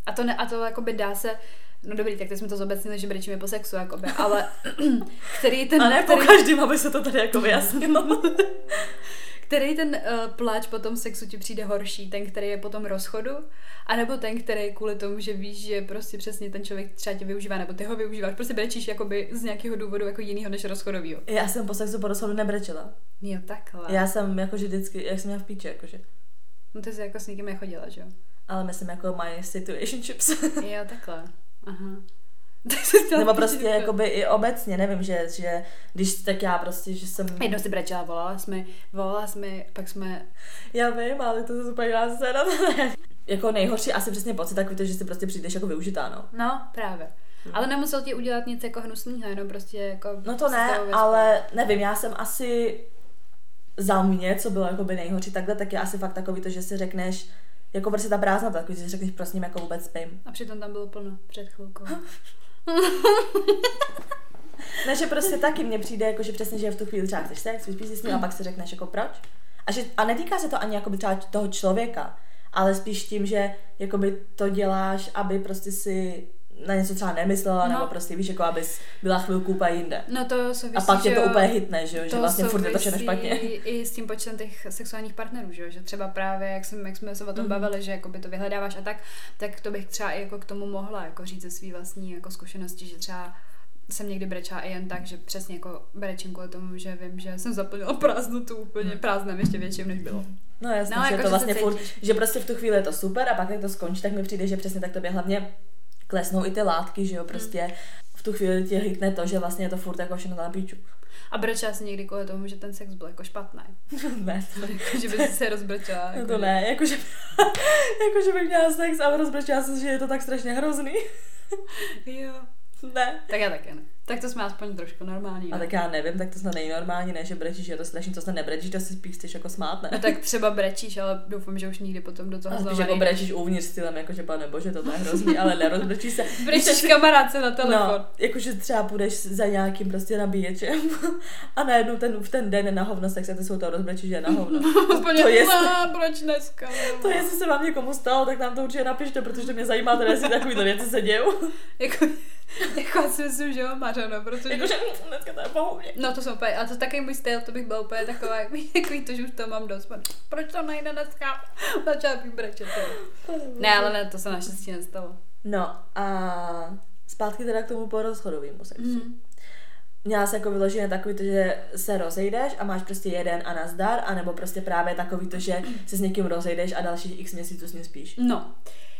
[SPEAKER 2] A to, ne, a to jakoby dá se... No dobrý, tak teď jsme to zobecnili, že brečíme po sexu, jakoby, ale který ten...
[SPEAKER 1] A ne po
[SPEAKER 2] který-
[SPEAKER 1] každým, aby se to tady jako vyjasnilo.
[SPEAKER 2] který ten uh, pláč po tom sexu ti přijde horší? Ten, který je po tom rozchodu? A nebo ten, který je kvůli tomu, že víš, že prostě přesně ten člověk třeba tě využívá, nebo ty ho využíváš, prostě brečíš jakoby z nějakého důvodu jako jinýho než rozchodovýho.
[SPEAKER 1] Já jsem po sexu po rozhodu nebrečela.
[SPEAKER 2] Jo, takhle.
[SPEAKER 1] Já jsem jakože vždycky, jak jsem měla v píči, jakože.
[SPEAKER 2] No ty jsi jako s nikým nechodila, že jo?
[SPEAKER 1] Ale myslím jako my situationships.
[SPEAKER 2] Jo, takhle. Aha. Tak jsi chtěla
[SPEAKER 1] Nebo
[SPEAKER 2] říct,
[SPEAKER 1] prostě
[SPEAKER 2] že-
[SPEAKER 1] jakoby i obecně, nevím, že, že když tak já prostě, že jsem...
[SPEAKER 2] Jednou si brečela, volala jsme, volala jsme, pak jsme...
[SPEAKER 1] Já vím, ale to se super dělá se na Jako nejhorší asi přesně pocit takový to, že si prostě přijdeš jako využitá, no.
[SPEAKER 2] No, právě. Hmm. Ale nemusel ti udělat nic jako hnusného, jenom prostě jako...
[SPEAKER 1] No to
[SPEAKER 2] se
[SPEAKER 1] ne,
[SPEAKER 2] stavil ve
[SPEAKER 1] ale nevím, já jsem asi za mě, co bylo jakoby nejhorší takhle, tak je asi fakt takový to, že si řekneš, jako prostě ta prázdnota, takový, že si řekneš, prosím, jako vůbec spím.
[SPEAKER 2] A přitom tam bylo plno před chvilkou.
[SPEAKER 1] Ne, že prostě taky mně přijde, jako, že přesně, že v tu chvíli třeba chceš sex, vyspíš si s ním a pak si řekneš, jako proč. A, že, a netýká se to ani jakoby třeba toho člověka, ale spíš tím, že jakoby to děláš, aby prostě si na něco třeba nemyslela,
[SPEAKER 2] No.
[SPEAKER 1] no. nebo prostě víš, jako abys byla chvilku úplně jinde.
[SPEAKER 2] No to souvisí,
[SPEAKER 1] A pak
[SPEAKER 2] že
[SPEAKER 1] tě to
[SPEAKER 2] jo,
[SPEAKER 1] úplně hitne, že, jo, že vlastně furt je to všechno
[SPEAKER 2] souvisí
[SPEAKER 1] špatně.
[SPEAKER 2] i s tím počtem těch sexuálních partnerů, že, jo, že třeba právě, jak, jsem, jak jsme se
[SPEAKER 1] Mhm.
[SPEAKER 2] o tom bavili, že jakoby to vyhledáváš a tak, tak to bych třeba i jako k tomu mohla jako říct ze své vlastní jako zkušenosti, že třeba jsem někdy brečela i jen tak, že přesně jako brečím kvůli tomu, že vím, že jsem zaplnila prázdnotu úplně
[SPEAKER 1] Mhm.
[SPEAKER 2] prázdnem ještě větším, než bylo.
[SPEAKER 1] No jasně,
[SPEAKER 2] No,
[SPEAKER 1] no, že
[SPEAKER 2] jako,
[SPEAKER 1] jako,
[SPEAKER 2] že
[SPEAKER 1] to vlastně
[SPEAKER 2] se
[SPEAKER 1] furt,
[SPEAKER 2] cítíš.
[SPEAKER 1] že prostě v tu chvíli je to super a pak jak to skončí, tak mi přijde, že přesně tak tobě hlavně klesnou i ty látky,
[SPEAKER 2] Hmm.
[SPEAKER 1] že jo, prostě v tu chvíli tě hitne to, že vlastně je to furt jako všechno na píču.
[SPEAKER 2] A brečela jsem někdy kvůli tomu, že ten sex byl jako špatný.
[SPEAKER 1] ne, to,
[SPEAKER 2] Jako, že by se rozbrečela.
[SPEAKER 1] no
[SPEAKER 2] Jako,
[SPEAKER 1] to
[SPEAKER 2] že-
[SPEAKER 1] ne, jakože, jakože bych měla sex a rozbrečela jsem, že je to tak strašně hrozný.
[SPEAKER 2] Jo.
[SPEAKER 1] ne.
[SPEAKER 2] Tak já také ne. Tak to jsme aspoň trošku normální.
[SPEAKER 1] A
[SPEAKER 2] ne?
[SPEAKER 1] tak já nevím, tak to snad není normální, ne, že brečíš, že je to strašný, to snad nebrečíš, to si spíš chceš jako smát,
[SPEAKER 2] No
[SPEAKER 1] ne?
[SPEAKER 2] tak třeba brečíš, ale doufám, že už nikdy potom do toho
[SPEAKER 1] A
[SPEAKER 2] znovu
[SPEAKER 1] spíš jako
[SPEAKER 2] nejdeš.
[SPEAKER 1] brečíš uvnitř stylem, jakože pane bože, to je hrozný, ale nerozbrečíš se. Víš,
[SPEAKER 2] Brečíš kamarádce na telefon.
[SPEAKER 1] No, jakože třeba půjdeš za nějakým prostě nabíječem a najednou ten, v ten den na hovno sex a ty jsou to rozbrečí, že je na hovno.
[SPEAKER 2] Úplně,
[SPEAKER 1] to je-
[SPEAKER 2] "Ah, proč dneska?
[SPEAKER 1] To jestli se vám někomu stalo, tak nám to určitě napište, protože mě zajímá teda, jestli takovýhle věci se dějou.
[SPEAKER 2] Jako, jako já si myslím, že jo, Mařeno, protože...
[SPEAKER 1] Jakože "Mm, dneska to je bohubně.
[SPEAKER 2] No to jsem úplně, a to taky můj styl, to bych byla úplně taková, jak- takový to, že už to mám dost. Proč to nejde dneska? Začala bych brečet. jo. Ne, ale ne, to se naštěstí nestalo.
[SPEAKER 1] No a zpátky teda k tomu porozchodovému sexu.
[SPEAKER 2] Mhm.
[SPEAKER 1] Měla se jako vyloženě takový to, že se rozejdeš a máš prostě jeden a nazdar, anebo prostě právě takový to, že se s někým rozejdeš a dalších x měsíců s ním spíš.
[SPEAKER 2] No,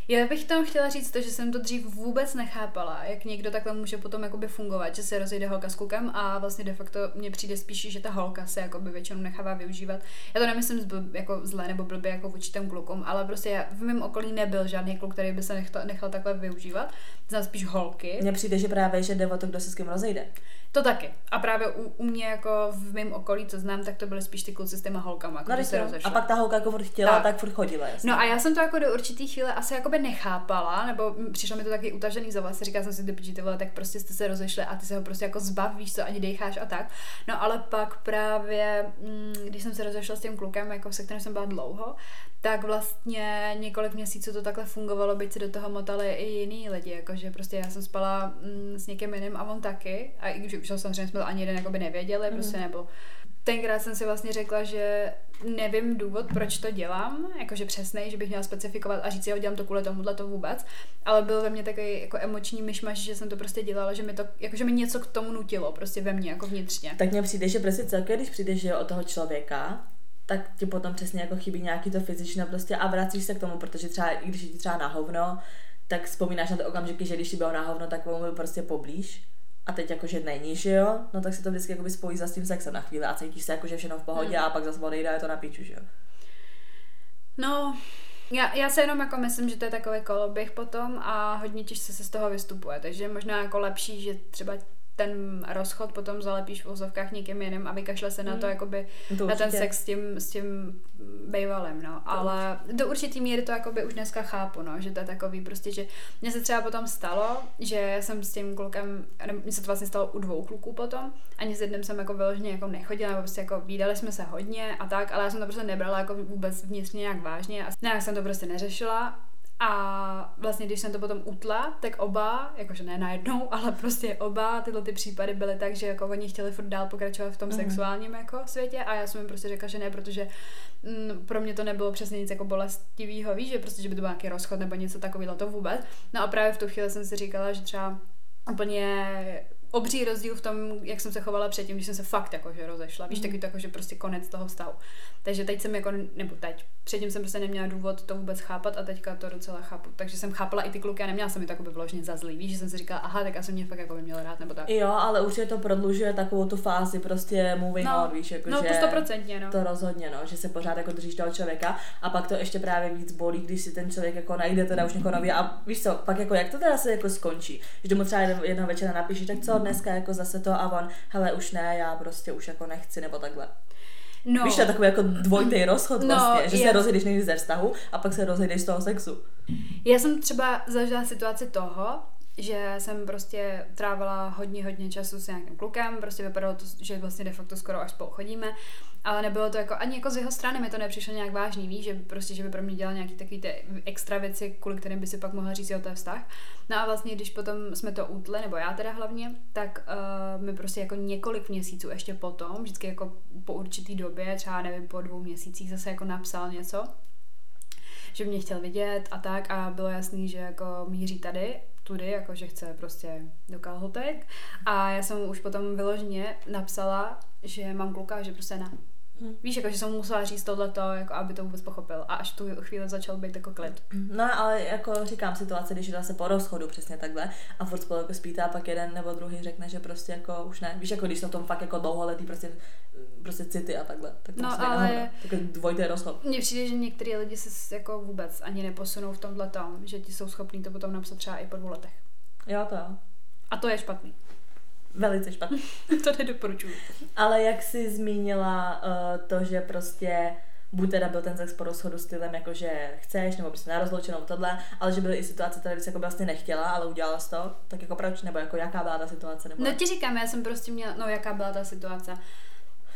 [SPEAKER 2] já bych tam chtěla říct to, že jsem to dřív vůbec nechápala, jak někdo takhle může potom jakoby fungovat, že se rozejde holka s klukem a vlastně de facto mně přijde spíš, že ta holka se jakoby většinou nechává využívat. Já to nemyslím zbl, jako zle nebo blbě jako vůči těm klukům, ale prostě já, v mém okolí nebyl žádný kluk, který by se nechal, nechal takhle využívat. Znám spíš holky.
[SPEAKER 1] Mně přijde, že právě, že jde o to, kdo se s kým rozejde.
[SPEAKER 2] To taky. A právě u, u mě jako v mém okolí, co znám, tak to byly spíš ty kluci s těma holkama, jako,
[SPEAKER 1] No,
[SPEAKER 2] že
[SPEAKER 1] když
[SPEAKER 2] se
[SPEAKER 1] se
[SPEAKER 2] rozešli.
[SPEAKER 1] A pak ta holka jako furt chtěla,
[SPEAKER 2] Tak.
[SPEAKER 1] tak, tak furt chodila. Jasně.
[SPEAKER 2] No a já jsem to jako do určitý chvíle asi jakoby nechápala, nebo m, přišlo mi to taky utažený za vás, říkala jsem si, ty piči, ty vole, tak prostě jste se rozešli a ty se ho prostě jako zbav, víš co, ani dejcháš a tak. No ale pak právě, mm, když jsem se rozešla s tím klukem, jako se kterým jsem byla dlouho, tak vlastně několik měsíců to takhle fungovalo, byť se do toho motali i jiný lidi, jakože prostě já jsem spala mm, s někým jiným a on taky, a i když už samozřejmě jsme to ani jeden jakoby nevěděli, mm. prostě nebo Tenkrát jsem si vlastně řekla, že nevím důvod, proč to dělám, jakože přesnej, že bych měla specifikovat a říct, jo, dělám to kvůli tomuhle to vůbec, ale byl ve mně takový jako emoční myšmaš, že jsem to prostě dělala, že mi to, jakože mi něco k tomu nutilo, prostě ve mně, jako vnitřně.
[SPEAKER 1] Tak mně přijde, že prostě celkem, když přijdeš že jo, od toho člověka, tak ti potom přesně jako chybí nějaký to fyzično prostě a vracíš se k tomu, protože třeba i když je ti třeba na hovno, tak vzpomínáš na to okamžiky, že když ti bylo na hovno, tak on byl prostě poblíž a teď jakože není, že jo, no tak se to vždycky jakoby spojí za s tím sexem na chvíli a cítíš se jakože všechno v pohodě
[SPEAKER 2] Hmm.
[SPEAKER 1] a pak zase odejde a je to na píču, že jo.
[SPEAKER 2] No, já, já se jenom jako myslím, že to je takový koloběh potom a hodně těžce se z toho vystupuje, takže je možná jako lepší, že třeba ten rozchod potom zalepíš v úzovkách někým jiným a vykašle se na to, jakoby
[SPEAKER 1] No to
[SPEAKER 2] na ten
[SPEAKER 1] určitě.
[SPEAKER 2] sex s tím, s tím bejvalem, no. Ale do určitý míry to jakoby už dneska chápu, no, že to je takový prostě, že mně se třeba potom stalo, že jsem s tím klukem, nebo mně se to vlastně stalo u dvou kluků potom, ani s jedním jsem jako vyloženě jako nechodila, nebo prostě jako výdali jsme se hodně a tak, ale já jsem to prostě nebrala jako vůbec vnitřně nějak vážně a nějak jsem to prostě neřešila A vlastně, když jsem to potom utla, tak oba, jakože ne najednou, ale prostě oba tyhle ty případy byly tak, že jako oni chtěli furt dál pokračovat v tom mm. sexuálním jako světě a já jsem jim prostě řekla, že ne, protože mm, pro mě to nebylo přesně nic jako bolestivého, víš, že prostě, že by to byl nějaký rozchod nebo něco takového, to vůbec. No a právě v tu chvíli jsem si říkala, že třeba úplně obří rozdíl v tom, jak jsem se chovala předtím, když jsem se fakt jakože rozešla,
[SPEAKER 1] Mhm.
[SPEAKER 2] víš, mm. taky to jakože prostě konec toho vztahu. Takže teď jsem jako, nebo teď, předtím jsem prostě neměla důvod to vůbec chápat a teďka to docela chápu. Takže jsem chápala i ty kluky a neměla jsem je to jakoby vložně za zlý, víš, že jsem si říkala, aha, tak já jsem mě fakt jako by měla rád, nebo tak.
[SPEAKER 1] Jo, ale určitě to prodlužuje takovou tu fázi prostě moving
[SPEAKER 2] No,
[SPEAKER 1] on, víš, jako
[SPEAKER 2] no,
[SPEAKER 1] že
[SPEAKER 2] to stoprocentně, no.
[SPEAKER 1] to rozhodně, no, že se pořád jako držíš toho člověka a pak to ještě právě víc bolí, když si ten člověk jako najde teda už někoho nově a víš co, pak jako jak to teda se jako skončí, že mu třeba jedno- jednoho večera napíšeš, tak co dneska jako zase to a on, hele už ne, já prostě už jako nechci nebo takhle.
[SPEAKER 2] No.
[SPEAKER 1] No. Víš, to je takový jako dvojitý rozchod
[SPEAKER 2] No,
[SPEAKER 1] vlastně, že
[SPEAKER 2] je.
[SPEAKER 1] se rozjedeš nejdřív ze vztahu a pak se rozjedeš z toho sexu.
[SPEAKER 2] Já jsem třeba zažila situaci toho, že jsem prostě trávila hodně, hodně času s nějakým klukem, prostě vypadalo to, že vlastně de facto skoro až spolu chodíme, ale nebylo to jako, ani jako z jeho strany mi to nepřišlo nějak vážný, víš, že prostě, že by pro mě dělal nějaký takový ty extra věci, kvůli kterým by si pak mohla říct, jo, to je vztah. No a vlastně, když potom jsme to útli, nebo já teda hlavně, tak uh, mi prostě jako několik měsíců ještě potom, vždycky jako po určitý době, třeba nevím, po dvou měsících zase jako napsal něco, že mě chtěl vidět a tak a bylo jasný, že jako míří tady, tudy, jako že chce prostě do kalhotek a já jsem mu už potom vyloženě napsala, že mám kluka, a že prostě ne.
[SPEAKER 1] Hm.
[SPEAKER 2] Víš, jako, že jsem mu musela říct tohleto, jako, aby to vůbec pochopil. A až tu chvíli začal být jako klid.
[SPEAKER 1] No ale jako říkám situace, když je zase po rozchodu přesně takhle a furt spolu jako spíte a pak jeden nebo druhý řekne, že prostě jako už ne. Víš, jako když jsou v tom fakt jako dlouholetý prostě, prostě city a takhle, tak to
[SPEAKER 2] No,
[SPEAKER 1] no,
[SPEAKER 2] ale-
[SPEAKER 1] ale... Takový dvojitý rozchod.
[SPEAKER 2] Mně přijde, že některý lidi se s- jako vůbec ani neposunou v tomhle tom, že ti jsou schopní to potom napsat třeba i po dvou letech.
[SPEAKER 1] Jo, to jo.
[SPEAKER 2] A to je špatný.
[SPEAKER 1] Velice špatný.
[SPEAKER 2] to nedoporučuji.
[SPEAKER 1] No. Ale jak jsi zmínila uh, to, že prostě buď teda byl ten sex po rozchodu stylem, jako že chceš, nebo prostě na rozloučenou tohle, ale že byly i situace, které bys jako vlastně nechtěla, ale udělala jsi to, tak jako proč, nebo jako jaká byla ta situace, nebo
[SPEAKER 2] No ti říkám, já jsem prostě měla, no jaká byla ta situace.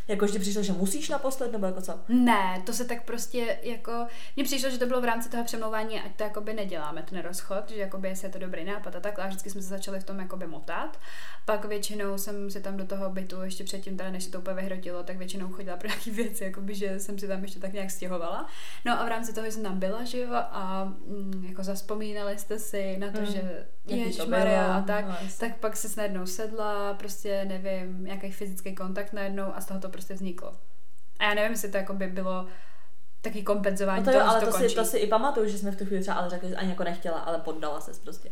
[SPEAKER 1] jako že ti přišlo, že musíš naposled, nebo jako co?
[SPEAKER 2] Ne, to se tak prostě jako, mně přišlo, že to bylo v rámci toho přemlouvání, ať to jakoby neděláme, ten rozchod, že jakoby jestli je to dobrý nápad a takhle, a vždycky jsme se začali v tom jakoby motat. Pak většinou jsem se tam do toho bytu ještě předtím, teda než se to úplně vyhrotilo, tak většinou chodila pro nějaký věci, jakoby, že jsem si tam ještě tak nějak stěhovala. No a v rámci toho, že jsem tam byla, že jo, a mm, jako zaspomínali jste si na to,
[SPEAKER 1] Mm,
[SPEAKER 2] mm, že
[SPEAKER 1] jaký to
[SPEAKER 2] Ježišmarja
[SPEAKER 1] bylo,
[SPEAKER 2] a tak,
[SPEAKER 1] no,
[SPEAKER 2] no,
[SPEAKER 1] jasně.
[SPEAKER 2] tak pak se najednou sedla, prostě nevím, nějaký fyzický kontakt najednou a z toho to prostě vzniklo. A já nevím, jestli to jako by bylo taky kompenzování
[SPEAKER 1] No
[SPEAKER 2] to
[SPEAKER 1] to jo,
[SPEAKER 2] toho,
[SPEAKER 1] ale
[SPEAKER 2] že
[SPEAKER 1] to,
[SPEAKER 2] to,
[SPEAKER 1] si,
[SPEAKER 2] končí.
[SPEAKER 1] to si i pamatuju, že jsme v tu chvíli třeba ale řekli, že ani jako nechtěla, ale poddala se prostě.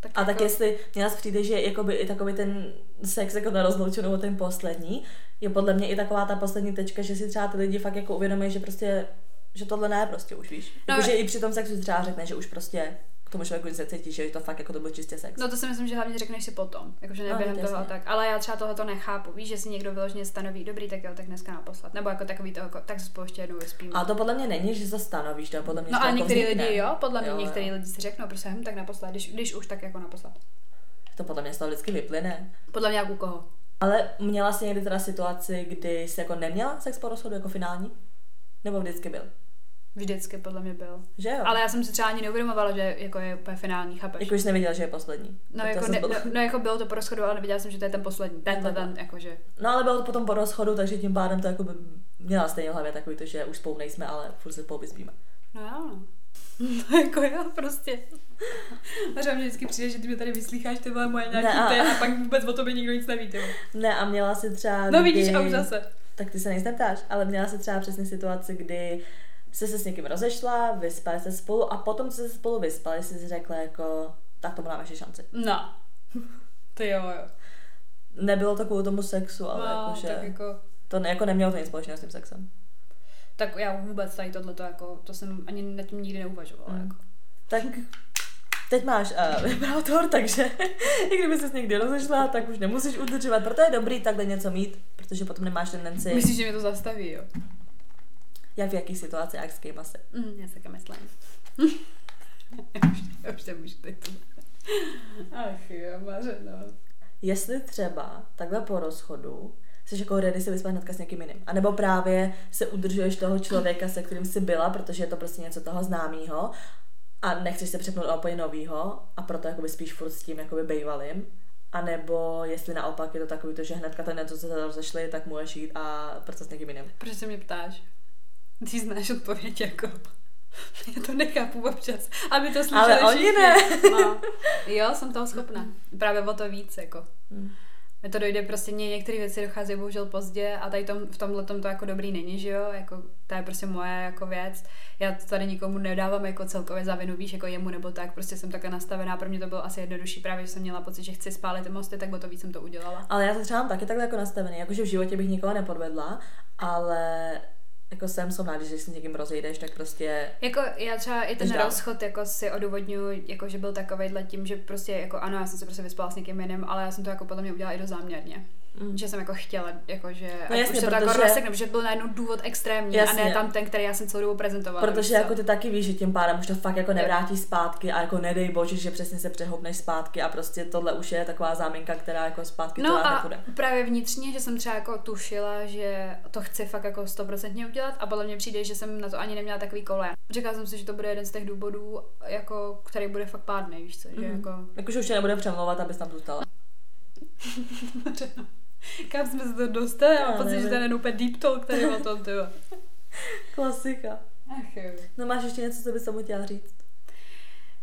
[SPEAKER 2] Tak jako-
[SPEAKER 1] A tak jestli mě nás přijde, že jakoby i takový ten sex jako na rozloučenou ten poslední, je podle mě i taková ta poslední tečka, že si třeba ty lidi fakt jako uvědomí, že prostě, že tohle ne prostě už víš.
[SPEAKER 2] No,
[SPEAKER 1] No, jako, že i při tom sexu si třeba řekne, že už prostě k tomu člověku se cítí, že to fakt jako to byl čistě sex.
[SPEAKER 2] No to si myslím, že hlavně řekneš si potom, jakože ne
[SPEAKER 1] No,
[SPEAKER 2] během
[SPEAKER 1] to
[SPEAKER 2] toho a
[SPEAKER 1] jasně.
[SPEAKER 2] tak. Ale já třeba tohle to nechápu, víš, že si někdo vyloženě stanoví, dobrý, tak jo, tak dneska naposled. Nebo jako takový to, jako, tak se spolu ještě jednou vyspíme.
[SPEAKER 1] A to podle mě není, že se stanovíš, to podle mě že
[SPEAKER 2] No
[SPEAKER 1] to
[SPEAKER 2] ale
[SPEAKER 1] jako
[SPEAKER 2] některý
[SPEAKER 1] vznikne.
[SPEAKER 2] lidi jo, podle mě
[SPEAKER 1] Jo, jo.
[SPEAKER 2] některý lidi si řeknou, prostě hm, tak naposled, když, když už, tak jako naposled.
[SPEAKER 1] To podle mě z toho vždycky vyplyne.
[SPEAKER 2] Podle mě jak u koho.
[SPEAKER 1] Ale měla jsi někdy teda situaci, kdy jsi jako neměla sex po rozchodu jako finální? Nebo vždycky byl?
[SPEAKER 2] Vždycky podle mě byl.
[SPEAKER 1] Že jo?
[SPEAKER 2] Ale já jsem si třeba ani neuvědomovala, že jako je úplně finální, chápeš?
[SPEAKER 1] Jako jsi nevěděl, že je poslední. Tak
[SPEAKER 2] No,
[SPEAKER 1] to
[SPEAKER 2] jako,
[SPEAKER 1] se
[SPEAKER 2] ne,
[SPEAKER 1] zbylo.
[SPEAKER 2] no, no, jako bylo to po rozchodu, ale nevěděla jsem, že to je ten poslední. Tenhle ten, jako jakože.
[SPEAKER 1] no ale bylo to potom po rozchodu, takže tím pádem to jako by měla stejně v hlavě takový to, že už spolu nejsme, ale furt se spolu vyspíme.
[SPEAKER 2] No jo. No jako já prostě. Možná mě vždycky přijde, že ty mě tady vyslýcháš, ty vole moje nějaký
[SPEAKER 1] Ne, a-
[SPEAKER 2] ne, a... a pak vůbec o tobě nikdo nic neví, ty vole.
[SPEAKER 1] Ne, a měla si třeba...
[SPEAKER 2] No vidíš,
[SPEAKER 1] kdy-
[SPEAKER 2] a už zase.
[SPEAKER 1] Tak ty se nic neptáš, ale měla si třeba přesně situaci, kdy jsi se s někým rozešla, vyspali se spolu a potom, co se spolu vyspali, jsi si řekla jako, tak tomu dáme ještě šanci.
[SPEAKER 2] No. To jo, jo.
[SPEAKER 1] Nebylo to kvůli tomu sexu, ale
[SPEAKER 2] no,
[SPEAKER 1] jakože...
[SPEAKER 2] tak jako...
[SPEAKER 1] To ne, jako nemělo to nic společného s tím sexem.
[SPEAKER 2] Tak já vůbec tady tohleto, jako, to jsem ani nad tím nikdy neuvažovala.
[SPEAKER 1] Mm.
[SPEAKER 2] Jako.
[SPEAKER 1] Tak teď máš uh, vibrátor, takže i kdyby ses někdy rozešla, tak už nemusíš udržovat. Proto je dobrý takhle něco mít, protože potom nemáš tendenci,
[SPEAKER 2] Myslíš, že mě to zastaví, jo?
[SPEAKER 1] jak v jaký situaci, jak s kým asi.
[SPEAKER 2] Mm, já se taky myslím. já už, já už nemůžu teď to. Ach jo, Mařeno.
[SPEAKER 1] Jestli třeba takhle po rozchodu jsi jako ready se vyspat hnedka s někým jiným. A nebo právě se udržuješ toho člověka, se kterým jsi byla, protože je to prostě něco toho známého. a nechceš se přepnout na úplně novýho a proto jakoby spíš furt s tím jakoby bejvalým. A nebo jestli naopak je to takový to, že hnedka ten den, co se rozešli, tak můžeš jít a prcat s někým jiným.
[SPEAKER 2] Proč se mě ptáš? Ty znáš odpověď jako... Já to nechápu občas, aby to slyšeli
[SPEAKER 1] Ale oni
[SPEAKER 2] všichni.
[SPEAKER 1] ne.
[SPEAKER 2] No. Jo, jsem toho schopna. Právě o to víc, jako.
[SPEAKER 1] Hmm.
[SPEAKER 2] Mně to dojde prostě, mě některé věci docházejí bohužel pozdě a tady tom, v tomhle tom to jako dobrý není, že jo, jako to je prostě moje jako věc, já to tady nikomu nedávám jako celkově za vinu, víš, jako jemu nebo tak, prostě jsem takhle nastavená, pro mě to bylo asi jednodušší, právě že jsem měla pocit, že chci spálit ty mosty, tak o to víc jsem to udělala.
[SPEAKER 1] Ale já to třeba mám taky takhle jako nastavený, jakože v životě bych nikoho nepodvedla, ale jako jsem somná, když se s někým rozejdeš, tak prostě
[SPEAKER 2] Jako já třeba i ten
[SPEAKER 1] Jdeš dál.
[SPEAKER 2] rozchod jako si odůvodňuju, jako že byl takovejhle tím, že prostě jako ano, já jsem se prostě vyspala s někým jiným, ale já jsem to jako podle mě udělala i do záměrně.
[SPEAKER 1] Mm.
[SPEAKER 2] Mm. Že jsem jako chtěla, jako že
[SPEAKER 1] No
[SPEAKER 2] ať
[SPEAKER 1] jasně,
[SPEAKER 2] už se to jako
[SPEAKER 1] protože-
[SPEAKER 2] rozsekne, protože byl najednou důvod extrémní a
[SPEAKER 1] Jasně.
[SPEAKER 2] ne tam ten, který já jsem celou dobu prezentovala. víš
[SPEAKER 1] Protože
[SPEAKER 2] co?
[SPEAKER 1] jako ty taky víš, že tím pádem už to fakt jako nevrátíš zpátky a jako nedej bože, že přesně se přehoupneš zpátky a prostě tohle už je taková záminka, která jako zpátky to
[SPEAKER 2] No
[SPEAKER 1] dát
[SPEAKER 2] a
[SPEAKER 1] nepůjde.
[SPEAKER 2] právě vnitřně, že jsem třeba jako tušila, že to chci fakt jako stoprocentně udělat a podle mě přijde, že jsem na to ani neměla takový kole. Říkala jsem si, že to bude jeden z těch důvodů, jako, který bude fakt pádný, víš co, že
[SPEAKER 1] Mhm.
[SPEAKER 2] mm. jako...
[SPEAKER 1] Jakože už tě nebude přemlouvat, abys tam zůstala.
[SPEAKER 2] Kam jsme se to dostali?
[SPEAKER 1] Já
[SPEAKER 2] Mám pocit, že
[SPEAKER 1] nevím.
[SPEAKER 2] to je jeden úplně deep talk tady o tom, ty jo.
[SPEAKER 1] Klasika.
[SPEAKER 2] Ach jo.
[SPEAKER 1] No máš ještě něco, co bys tomu chtěla říct?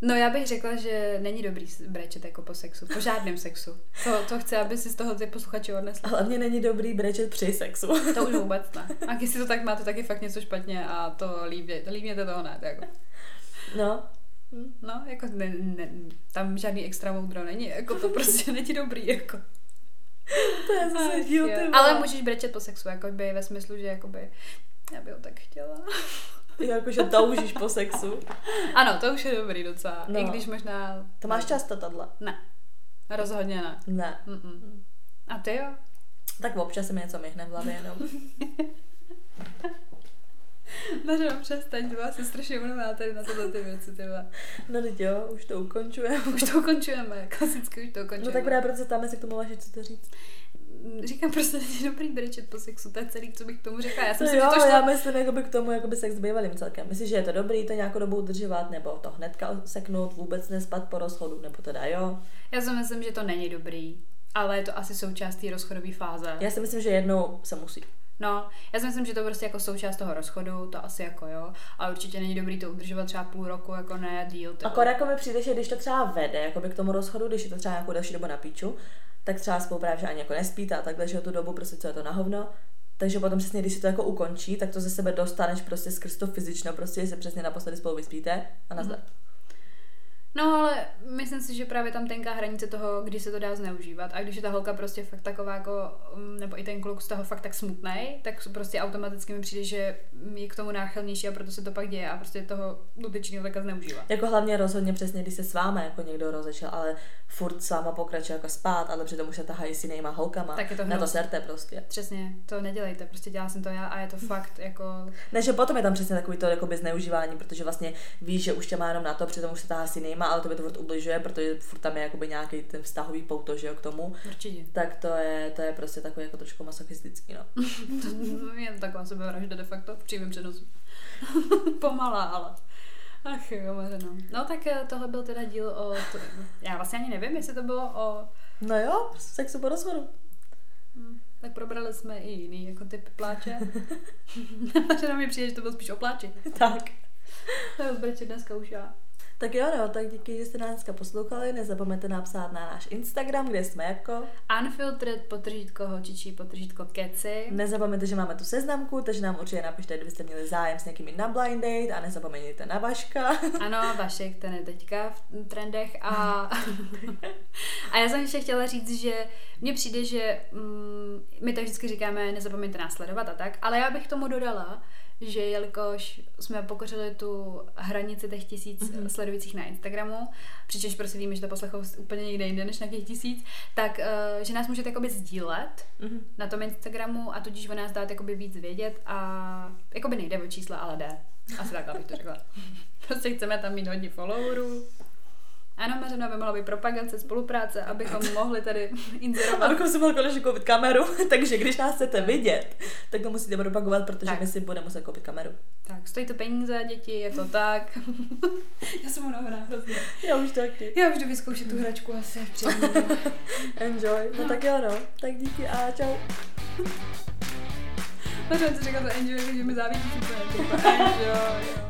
[SPEAKER 2] No já bych řekla, že není dobrý s- brečet jako po sexu, po žádném sexu. To, to chci, aby si z toho ty posluchači odnesli.
[SPEAKER 1] A Hlavně není dobrý brečet při sexu.
[SPEAKER 2] To už vůbec ne. A když si to tak máte, tak je fakt něco špatně a to líbě, líbněte toho ne. Jako.
[SPEAKER 1] No,
[SPEAKER 2] No, jako ne, ne, tam žádný extra moudro není, jako to prostě není dobrý, jako.
[SPEAKER 1] to je zase
[SPEAKER 2] Ach,
[SPEAKER 1] díl,
[SPEAKER 2] jo.
[SPEAKER 1] ty vole.
[SPEAKER 2] Ale můžeš brečet po sexu, jako by ve smyslu, že jakoby, já bych ho tak chtěla.
[SPEAKER 1] Jakože toužíš po sexu.
[SPEAKER 2] Ano, to už je dobrý docela,
[SPEAKER 1] No.
[SPEAKER 2] no. i když možná...
[SPEAKER 1] To máš často tohle?
[SPEAKER 2] Ne, rozhodně ne.
[SPEAKER 1] Ne.
[SPEAKER 2] Mm-mm. A ty jo?
[SPEAKER 1] Tak občas se mi něco myhne v hlavě jenom.
[SPEAKER 2] Takže No, přestaň, ty vole, já jsem strašně unavená tady na tyhle ty věci, ty vole.
[SPEAKER 1] No teď jo, už to ukončujeme.
[SPEAKER 2] Už to ukončujeme, klasicky už to ukončujeme.
[SPEAKER 1] No tak právě proto se tam, jestli k tomu máš něco to říct.
[SPEAKER 2] Říkám prostě, není dobrý brečet po sexu, to je celý, co bych k tomu řekla. No Já
[SPEAKER 1] To
[SPEAKER 2] jsem si
[SPEAKER 1] jo,
[SPEAKER 2] to
[SPEAKER 1] to
[SPEAKER 2] šla...
[SPEAKER 1] já myslím jakoby k tomu jakoby sex s bývalým celkem. Myslíš, že je to dobrý to nějakou dobu udržovat, nebo to hnedka seknout, vůbec nespat po rozchodu, nebo teda jo?
[SPEAKER 2] Já si myslím, že to není dobrý, ale je to asi součást té rozchodové fáze.
[SPEAKER 1] Já si myslím, že jednou se musí.
[SPEAKER 2] No, já si myslím, že to prostě jako součást toho rozchodu, to asi jako jo, ale určitě není dobrý to udržovat třeba půl roku, jako ne, díl. ty
[SPEAKER 1] Akor jako mi přijde, že když to třeba vede jakoby k tomu rozchodu, když je to třeba nějakou další dobu na píču, tak třeba spolu právě že ani jako nespíte a takhle, že jo, tu dobu prostě co je to na hovno. Takže potom přesně, když se to jako ukončí, tak to ze sebe dostaneš prostě skrz to fyzično, prostě že se přesně naposledy spolu vyspíte a nazdar.
[SPEAKER 2] No, ale myslím si, že právě tam tenká hranice toho, kdy se to dá zneužívat. A když je ta holka prostě fakt taková jako, mm, nebo i ten kluk z toho fakt tak smutný, tak prostě automaticky mi přijde, že je k tomu náchylnější a proto se to pak děje a prostě toho dotyčního takhle zneužívá.
[SPEAKER 1] Jako hlavně rozhodně přesně, když se s váma jako někdo rozešel, ale furt s váma pokračuje jako spát, ale přitom už se tahají s jinýma holkama.
[SPEAKER 2] Tak je to
[SPEAKER 1] Na to
[SPEAKER 2] hnus.
[SPEAKER 1] serte prostě.
[SPEAKER 2] Přesně, to nedělejte, prostě dělala jsem to já a je to fakt jako...
[SPEAKER 1] Ne, že potom je tam přesně takový to jakoby zneužívání, protože vlastně víš, že už tě má jenom na to, přitom už se tahá s jinýma, ale to by to furt ubližuje, protože furt tam je jakoby nějaký ten vztahový pouto, že jo, k tomu.
[SPEAKER 2] Určitě.
[SPEAKER 1] Tak to je, to je prostě takový jako trošku masochistický, no.
[SPEAKER 2] To je taková sebevražda de facto v přímém přenosu. Pomalá, ale. Ach jo, Mařeno. No tak eh, tohle byl teda díl o... To... Já vlastně ani nevím, jestli to bylo o...
[SPEAKER 1] No jo, sexu po rozhodu.
[SPEAKER 2] Hm, Tak probrali jsme i jiný jako typ pláče. Mařeno mi přijde, že to bylo spíš o pláči.
[SPEAKER 1] Tak.
[SPEAKER 2] To je rozbrečet dneska už já.
[SPEAKER 1] Tak jo, no, tak díky, že jste nás dneska poslouchali. Nezapomeňte napsat na náš Instagram, kde jsme jako.
[SPEAKER 2] Unfiltered, potržítko hočičí, potržítko keci.
[SPEAKER 1] Nezapomeňte, že máme tu seznamku, takže nám určitě napište, kdybyste měli zájem s někými na blind date a nezapomeňte na Vaška.
[SPEAKER 2] Ano, Vašek, ten je teďka v trendech a, a já jsem ještě chtěla říct, že mně přijde, že mm, my tak vždycky říkáme, nezapomeňte nás sledovat a tak, ale já bych tomu dodala, že jelikož jsme pokořili tu hranici těch tisíc
[SPEAKER 1] Mhm.
[SPEAKER 2] mm-hmm. sledujících na Instagramu, přičemž prostě víme, že to poslechou úplně někde jinde než na těch tisíc, tak eh, že nás můžete jakoby sdílet
[SPEAKER 1] Mhm.
[SPEAKER 2] na tom Instagramu a tudíž o nás dát jakoby víc vědět a jakoby nejde o čísla, ale jde. Asi takhle bych to řekla. Prostě chceme tam mít hodně followerů Ano, Mařena by mohla být propagace, spolupráce, abychom mohli tady inzerovat.
[SPEAKER 1] Abychom si mohli konečně koupit kameru, takže když nás chcete vidět, tak to musíte propagovat, protože
[SPEAKER 2] Tak.
[SPEAKER 1] my si budeme muset koupit kameru.
[SPEAKER 2] Tak, stojí to peníze, děti, je to tak. Já jsem unavená hrozně.
[SPEAKER 1] Já už taky.
[SPEAKER 2] Já už jdu vyzkoušet tu hračku asi.
[SPEAKER 1] Enjoy. No tak jo, no. Tak díky a čau.
[SPEAKER 2] Mařena, co říká to enjoy, takže mi závidíš úplně. Enjoy. jo.